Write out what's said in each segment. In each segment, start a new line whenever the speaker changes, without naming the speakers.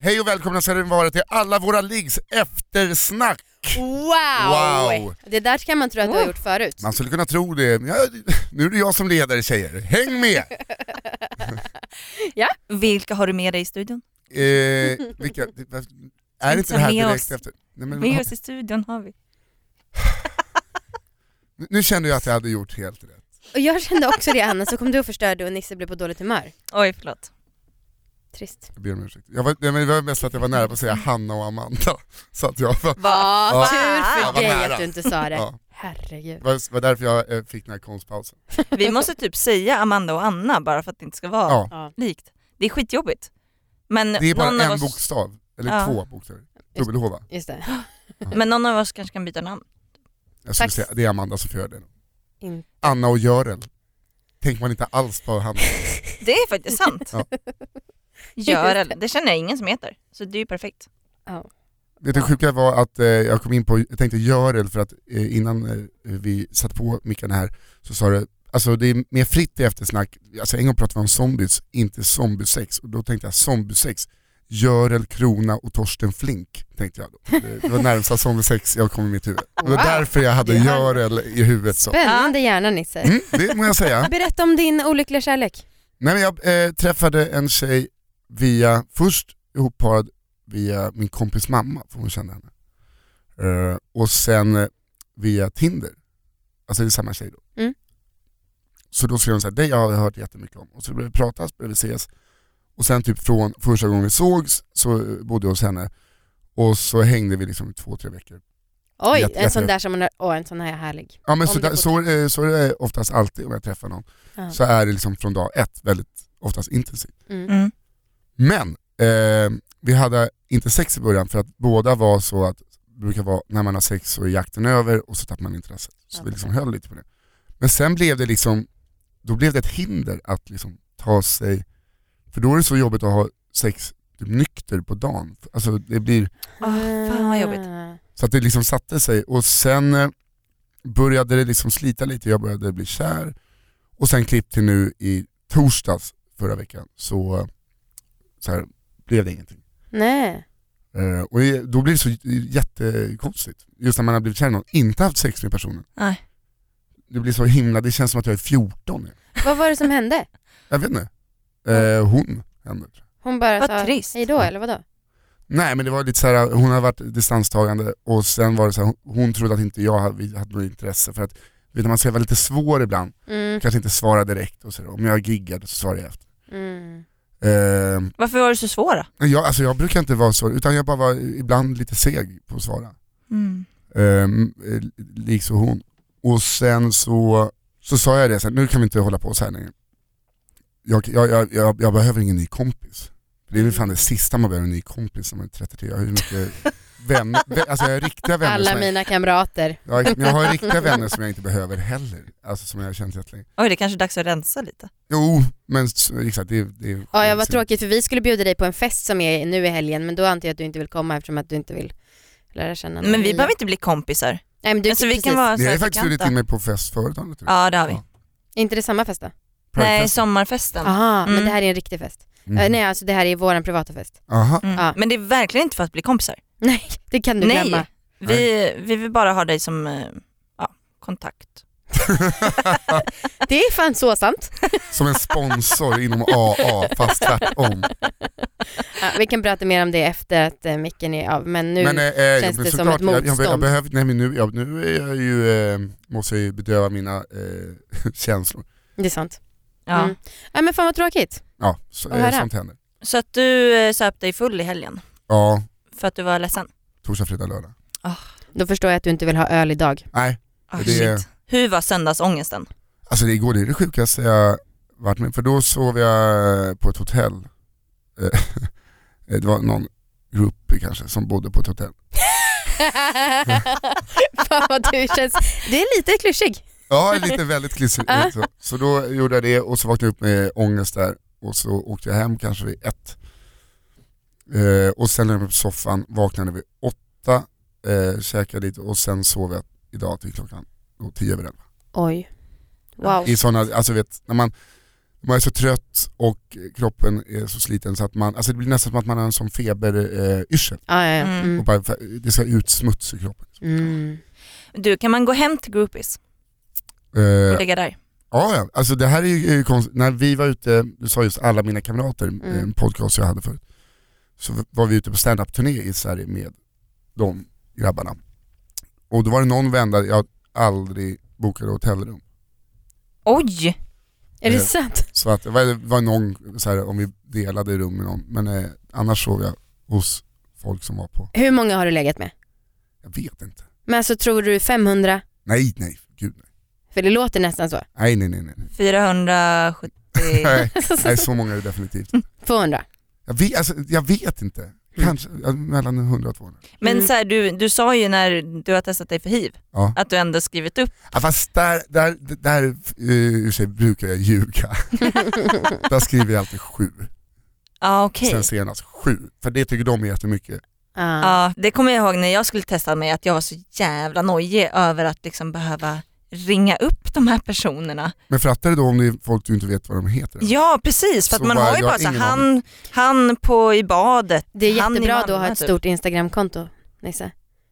Hej och välkomna ska ni vara till alla våra liggs eftersnack.
Wow.
Wow.
Det där kan man tro att du har gjort förut.
Man skulle kunna tro det. Ja, nu är det jag som ledare tjejer. Häng med!
Vilka har du med dig i studion?
Eh, vilka, är det inte det här direkt efter? Nej,
Med
men,
oss i studion har vi.
nu kände jag att jag hade gjort helt rätt.
Och jag kände också det Anna, så kom du och förstörde och Nisse blev på dåligt humör.
Oj, förlåt.
Trist.
Jag ber om ursäkt. Jag var, nej, men det var mest för att jag var nära på att säga Hanna och Amanda. Så att jag var,
Va?
Ja.
Tur
Ja,
för
vad
dig
nära.
att du inte sa det.
ja,
Herregud.
var, var därför jag eh, fick den här konstpausen.
Vi måste typ säga Amanda och Anna bara för att det inte ska vara
Ja.
Ja.
likt. Det är skitjobbigt. Men
Det är
någon
bara
av
en
oss,
bokstav, eller
Ja.
två bokstäver. Dubbel-H va?
Just det.
Men någon av oss kanske kan byta namn.
Jag skulle
Tack.
säga, det är Amanda som får göra det.
In-
Anna och Görel. Tänker man inte alls på Hanna.
Det är faktiskt sant.
Ja.
Görel, det känner jag ingen som heter. Så det är ju perfekt.
Vet du, det sjuka var att eh, jag kom in på, jag tänkte Görel för att eh, innan eh, vi satte på mickarna här så sa du, alltså det är mer fritt i eftersnack, alltså en gång pratade vi om zombies, inte zombiesex. Och då tänkte jag zombiesex, Görel Krona och Torsten Flink tänkte jag då. Det, det var närmsta zombiesex jag kom i mitt huvud. Det var
Wow.
därför jag hade
Det här-
Görel i huvudet så.
Spännande hjärna Nisse.
Mm, det må jag säga.
Berätta om din olyckliga kärlek.
Nej men jag eh, träffade en tjej via, först ihopparad via min kompis mamma, för hon kände henne. Eh, och sen eh, via Tinder. Alltså det är samma tjej då.
Mm.
Så då skrev hon såhär, det har jag hört jättemycket om. Och så började vi pratas, började vi ses. Och sen typ från första gången vi sågs så eh, bodde jag hos henne. Och så hängde vi liksom i två, tre veckor.
Oj,
Jätte-
en sån
jätte-
där som man har, åh en sån här är härlig.
Ja men
Om
så,
det
där, så, eh, så är det oftast alltid om jag träffar någon.
Ja.
Så är det liksom från dag ett väldigt oftast intensivt.
Mm.
Mm.
Men eh, vi hade inte sex i början för att båda var så att det brukar vara när man har sex så är jakten över och så tappar man intresset. Så
Ja,
vi liksom
precis.
höll lite på det. Men sen blev det liksom, då blev det ett hinder att liksom ta sig, för då är det så jobbigt att ha sex typ nykter på dagen. Alltså det blir,
Ah, fan vad jobbigt.
Ah.
så att det liksom satte sig och sen eh, började det liksom slita lite, jag började bli kär. Och sen klipp till nu i torsdags förra veckan så, så här, blev det ingenting.
Nej.
Eh, och det- då blir det så j- jättekonstigt. Just när man har blivit kär i någon, inte haft sex med personen.
Nej.
Det blir så himla, det känns som att jag är 14 nu.
Vad var det som hände?
Jag vet inte. Eh, hon hände.
Hon bara
Vad
sa
trist.
Alltså, hej då eller vadå?
Nej men det var lite så här, hon hade varit distanstagande och sen var det så här, hon, hon trodde att inte jag hade, vi hade något intresse för att vet du, man ska vara lite svår ibland,
Mm.
kanske inte svara direkt och så där. Om jag giggade så svarade jag efter.
Mm.
Eh,
Varför var du så svår då?
jag, alltså jag brukar inte vara så, utan jag bara var ibland lite seg på att svara.
Mm.
Ehm, eh, liksom hon. Och sen så, så sa jag det, så här, nu kan vi inte hålla på så här längre. Jag, jag, jag, jag, jag behöver ingen ny kompis. Det är väl fan det sista man behöver, en ny kompis när man är 33. Jag har ju mycket vänner, vä- alltså jag har riktiga vänner
Alla
som jag,
mina kamrater.
jag, jag har riktiga vänner som jag inte behöver heller. Alltså som jag har känt jättelänge.
Oj, det kanske är dags att rensa lite.
Jo, men s- exakt det, det
Ja, jag var tråkigt för vi skulle bjuda dig på en fest som är nu i helgen men då antar jag att du inte vill komma eftersom att du inte vill lära känna någon
Men vi
ny.
behöver inte bli kompisar.
Nej men du,
alltså, vi
precis.
kan vara
Ni
så
har
här
ju faktiskt bjudit
bekanta.
in mig på fest förut har ni inte det?
Ja, det har vi.
Ja.
Är inte det samma fest då?
Nej,
Pride-festen.
sommarfesten.
Aha, men
Mm.
det här är en riktig fest.
Mhm.
Eh, nej alltså det här är våran privata fest.
Aha.
Mm.
Ja.
Men det är verkligen inte för att bli kompisar.
Nej, det kan du
Nej,
glömma.
vi, vi vill bara ha dig som eh, ja, kontakt.
Det är fan så sant.
Som en sponsor inom AA, fast tvärtom.
Ja, vi kan prata mer om det efter att eh, micken är av men nu,
men, eh, eh,
känns
men
det som
såklart,
ett
jag- Jag, jag
motstånd.
behöver, nej men nu, jag, nu är jag ju, eh, måste jag ju bedöva mina eh, känslor.
det är sant.
Ja.
Mm. Nej men fan vad tråkigt.
Ja, så,
Vad är
eh,
det?
sånt händer.
Så att du eh, söp dig full i helgen
Ja,
för att du var ledsen?
torsdag, fredag, lördag.
Då förstår jag att du inte vill ha öl idag.
Nej,
Ah,
Det-
shit. Hur var söndagsångesten?
alltså det igår, det är det sjukaste jag varit med För då sov jag på ett hotell. Eh, det var någon grupp kanske som bodde på ett hotell.
fan vad du känns, du är lite klyschig.
Ja, lite väldigt klissigt.
Ja.
så. så då gjorde jag det och så vaknade jag upp med ångest där och så åkte jag hem kanske vid ett. Eh, och sen lade jag mig på soffan, vaknade vid åtta, eh, käkade lite och sen sov jag idag till klockan då, tio över elva.
Oj. Wow.
I sådana, alltså vet, när man, när Man är så trött och kroppen är så sliten så att man, alltså det blir nästan som att man har en sån feberyrsel. Eh, yrsel.
Ja, ja, ja.
Mm.
och
Mm.
bara, det ska ut smuts i kroppen.
Mm.
Du, kan man gå hem till groupies och
Eh,
ligga där?
Ja, ja. Alltså det här är ju är ju konstigt. När vi var ute, du sa just alla mina kamrater, en podcast jag hade förut. Så var vi ute på standup-turné i Sverige med de grabbarna. Och då var det någon vända jag aldrig bokade hotellrum.
Oj!
Är det
Eh,
sant?
Så att det var, det var någon, så här, om vi delade rum med någon. Men eh, annars sov jag hos folk som var på,
Hur många har du legat med?
jag vet inte.
Men alltså tror du 500?
Nej, nej, gud nej.
För det låter nästan så.
Nej, nej, nej, nej. nej.
470...
Nej, nej så många är det definitivt.
200?
Jag vet, alltså, jag vet inte. Kanske ja, mellan 100 och 200.
Men
Mm.
så här, du, du sa ju när du har testat dig för hiv
Ja.
att du ändå skrivit upp.
Ja, fast där, där, där eh, i och för sig brukar jag ljuga. där skriver jag alltid sju.
Ja okej.
Sen senast sju. För det tycker de är jättemycket.
Ja.
Ja, det kommer jag ihåg när jag skulle testa mig att jag var så jävla nojig över att liksom behöva ringa upp de här personerna.
Men fattar du då om det är folk du inte vet vad de heter?
Ja precis, för att
Så
man
bara,
har ju
jag
bara
har
så här,
ingen
han, han på i badet.
Det är
han i
jättebra
Malmö,
då att ha ett
typ.
stort Instagramkonto Nisse.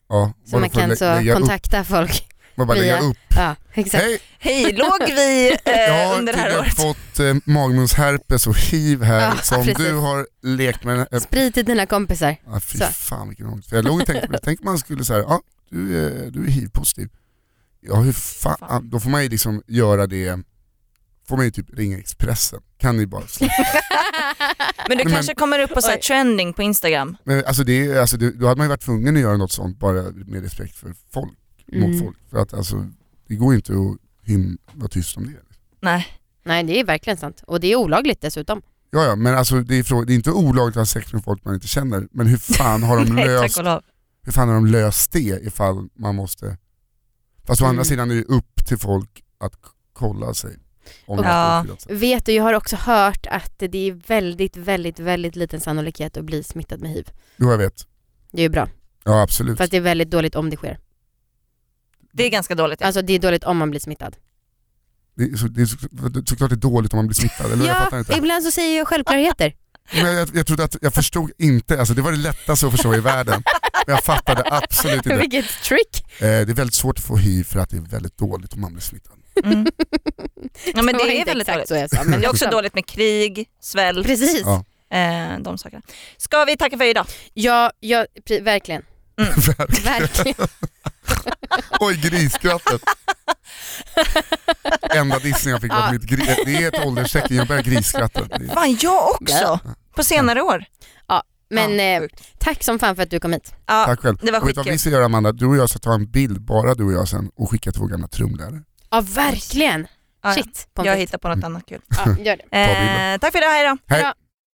Ja,
Så
bara
man
för
kan
att
så
lä- lägga upp,
kontakta folk.
man bara lägga
via-
upp.
Ja, exakt.
Hej,
Hej, låg vi
jag
eh,
har
under det här
tydligen
året?
fått eh, magmundsherpes och hiv här
Ja,
som
precis.
du har lekt med. Äh,
Sprid till dina kompisar.
ah, fy
Så.
fan vilken ångest. För jag låg och tänkte på det. Tänk om man skulle säga, ja du är, du är hiv-positiv. Ja hur fan,
Fan.
då får man ju liksom göra det, får man ju typ ringa Expressen. Kan ni bara sluta?
Men du
Nej, men-
kanske kommer upp på så här
Oj.
trending på Instagram.
Men alltså det, är- alltså det, då hade man ju varit tvungen att göra något sånt bara med respekt för folk,
Mm.
mot
Mm.
folk. För att alltså, det går ju inte att him- vara tyst om det.
Nej.
Nej det är verkligen sant. Och det är olagligt dessutom.
Ja, ja, men alltså det är, frå- det är inte olagligt att ha sex med folk man inte känner, men hur fan har de,
Nej, tack
löst,
och lov.
hur fan har de löst det ifall man måste... Fast å andra
Mm.
sidan är det ju upp till folk att k- kolla sig. Om det
Ja.
skulle tillåtas.
Vet du, jag har också hört att det är väldigt, väldigt, väldigt liten sannolikhet att bli smittad med hiv.
Jo jag vet,
Det är ju bra.
ja absolut.
Fast det är väldigt dåligt om det sker.
Det är ganska dåligt. Ja.
Alltså det är dåligt om man blir smittad.
Det, är så, det är så, såklart det är dåligt om man blir smittad, eller hur? jag fattar
Ja,
inte.
ibland så säger jag självklarheter.
Men jag, jag trodde att jag förstod inte, alltså det var det lättaste att förstå i världen. Men jag fattade absolut inte. Eh,
Vilket trick!
det är väldigt svårt att få hiv för att det är väldigt dåligt om man blir smittad.
Mm. ja men
var
det är
inte
väldigt
exakt
dåligt.
så jag sa. Men
Det är också
liksom-
dåligt med krig, svält,
Precis.
Ja.
eh, de sakerna. Ska vi tacka för idag?
Ja, ja pre- verkligen. Verkligen.
Oj, grisskrattet. Enda dissen jag fick var
Ja.
mitt gri- Det är ett ålderstecken, jag börjar grisskratta. Det-
Fan jag också! På senare år.
Men
Ja,
eh,
sjukt.
tack som fan för att du kom hit.
ja,
Tack själv.
det var
Och vet du vad
skitkul.
vi ska göra Amanda? Du och jag ska ta en bild, bara du och jag sen, och skicka till vår gamla trumlärare.
Ja, verkligen.
Ja, ja.
Shit. pommes
Jag
frites.
hittar på något annat kul.
Ja, gör det.
bilden.
Eh, tack för idag, hej då.
Hej.
Ja.